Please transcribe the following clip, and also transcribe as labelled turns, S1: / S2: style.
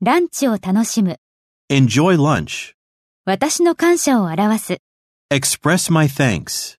S1: ランチを楽しむ、
S2: Enjoy lunch.
S1: 私の感謝を表す。
S2: Express my thanks.